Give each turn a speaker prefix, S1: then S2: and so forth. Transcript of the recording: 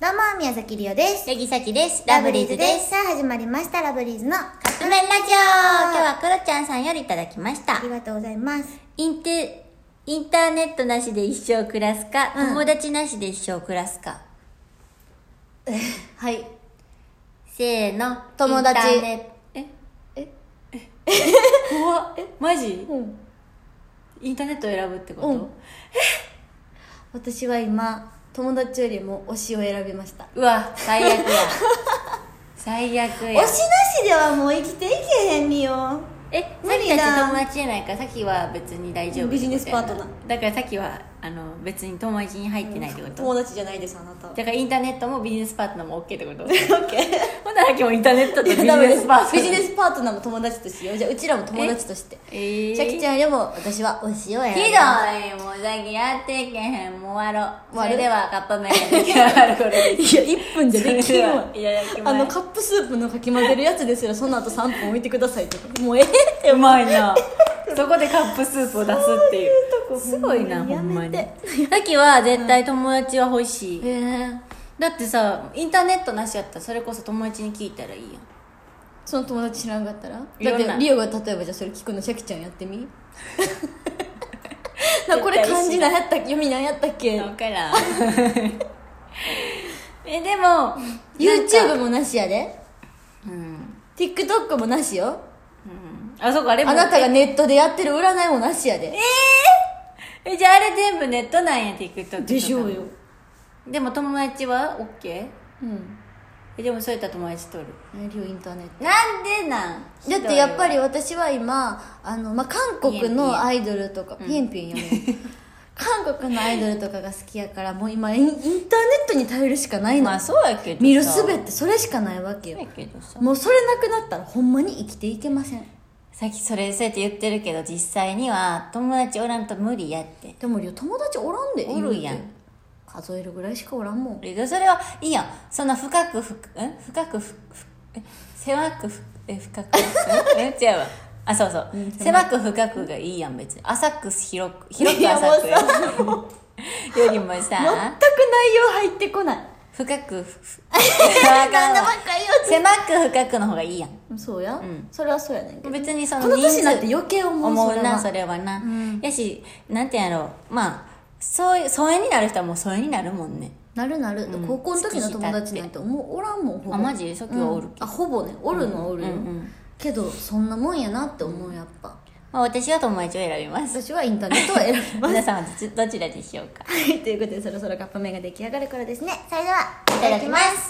S1: どうも、宮崎りおです。
S2: ヤギサキです。。。
S1: さあ、始まりました、ラブリーズの
S2: カップ麺ラジオ今日はクロちゃんさんよりいただきまし
S1: あ
S2: た
S1: り。がとうございます。
S2: インテ、インターネットなしで一生暮らすか、
S1: うん
S2: 友達なしで一生暮らすか。
S1: はい。
S2: せーの。
S1: 友達
S2: インターネえ
S1: え
S2: え怖っ。え、マジ
S1: うん。
S2: インターネットを選ぶってこ
S1: うん私は今、友達よりも推しを選びました。
S2: うわ、最悪や。 最悪
S1: 推し
S2: や
S1: な。しではもう生きていけへんみよ。
S2: え、
S1: 無
S2: さ
S1: 理だ
S2: きたち友達じゃないから、さきは別に大丈夫ってことやな。
S1: ビジネスパートナー
S2: だからさきは、あの、別に友達に入ってないってこと
S1: 友達じゃないです、あ なたは。
S2: だからインターネットもビジネスパートナーも OK ってこと
S1: オッケー。
S2: ほんなら今日もインターネットとビジ
S1: ダメ
S2: ネ
S1: で
S2: ス
S1: す
S2: パートナー
S1: ビジネスパートナーも友達としてよ。じゃあ、うちらも友達として。
S2: えー、
S1: シャキちゃんよりも私は推しを選びま
S2: ひ
S1: し
S2: ど
S1: た。
S2: いもう最近やっていけへんもう終わろう
S1: 終わる
S2: それではカップ麺やるこれ
S1: いや、1分じゃできんわ。
S2: いやいや
S1: あの
S2: カッ
S1: カップスープのかき混ぜるやつですらその後3分置いてくださいとかもうええって
S2: うまいな そこでカップスープを出すっていう
S1: そういうとこ
S2: すごいな
S1: ほ
S2: ほ
S1: ん
S2: ん
S1: ま
S2: ま
S1: に
S2: に
S1: や
S2: さ
S1: め
S2: っきは絶対友達は欲しい、
S1: ええ
S2: だってさインターネットなしやったらそれこそ友達に聞いたらいいやん
S1: その友達知らんかったらだ
S2: 言
S1: っ
S2: わ
S1: て
S2: ない
S1: リオが例えばじゃあそれ聞くのシャキちゃんやって みな
S2: 絶対
S1: これ漢字何やったっけ読み何やったっけ
S2: 分からん えでも
S1: YouTube もなしやで
S2: うん、うん、
S1: TikTok もなしよ
S2: あそこあれも
S1: あなたがネットでやってる占いもなしやで
S2: えじゃああれ全部ネットなんや TikTok とか
S1: でしょうよ
S2: でも友達は OK
S1: うん
S2: えでもそういったら友達取る
S1: えリオインターネット
S2: なんでなん
S1: だってやっぱ
S2: り
S1: り私は今あの、まあ、韓国のアイドルとかピエンピエンや めよう韓国のアイドルとかが好きやからもう今インインターネットに頼るしかないの、
S2: まあそうやけどさ
S1: 見るすべてそれしかないわけ
S2: そうや
S1: よ
S2: けどさ
S1: もうそれなくなったらほんまに生きていけません
S2: さっきそれそうやって言ってるけど実際には友達おらんと無理やって
S1: でもリオ友達おらんで
S2: おるや
S1: 言
S2: ん
S1: うて数えるぐらいしかおらんもん
S2: けどそれはいいやんそんな深くふくん深くふくえ狭くふえ深くえ違うわあそうそう、狭く深くがいいやん別に浅く広く広く浅く
S1: いや
S2: よりも
S1: 全く
S2: さ
S1: 内容入ってこない
S2: 深くふ ふわかんわ
S1: か言
S2: 狭く深くの方がいいやん
S1: うそうや、それはそうやねんけど
S2: 別にそ
S1: こ
S2: の
S1: の年になっ
S2: 人数
S1: て余計思う
S2: 思
S1: そうれ
S2: な
S1: は
S2: それはな、
S1: うん
S2: やしなんてやろうまあそういう疎遠になる人はもう疎遠になるもんね
S1: なるなる、
S2: うん
S1: 高校の時の友達なんてもうおらんもんほぼ
S2: あマジさっきはおるけど
S1: うんあほぼねおるのはおるよ、
S2: うんうん
S1: けどそんなもんやなって思うやっぱ
S2: まあ私は友達を選 びます
S1: 私はインターネットを選びます
S2: 皆さんはどちどちらでしょうか
S1: はいということでそろそろカップ麺が出来上がるからですねそれではい
S2: ただきます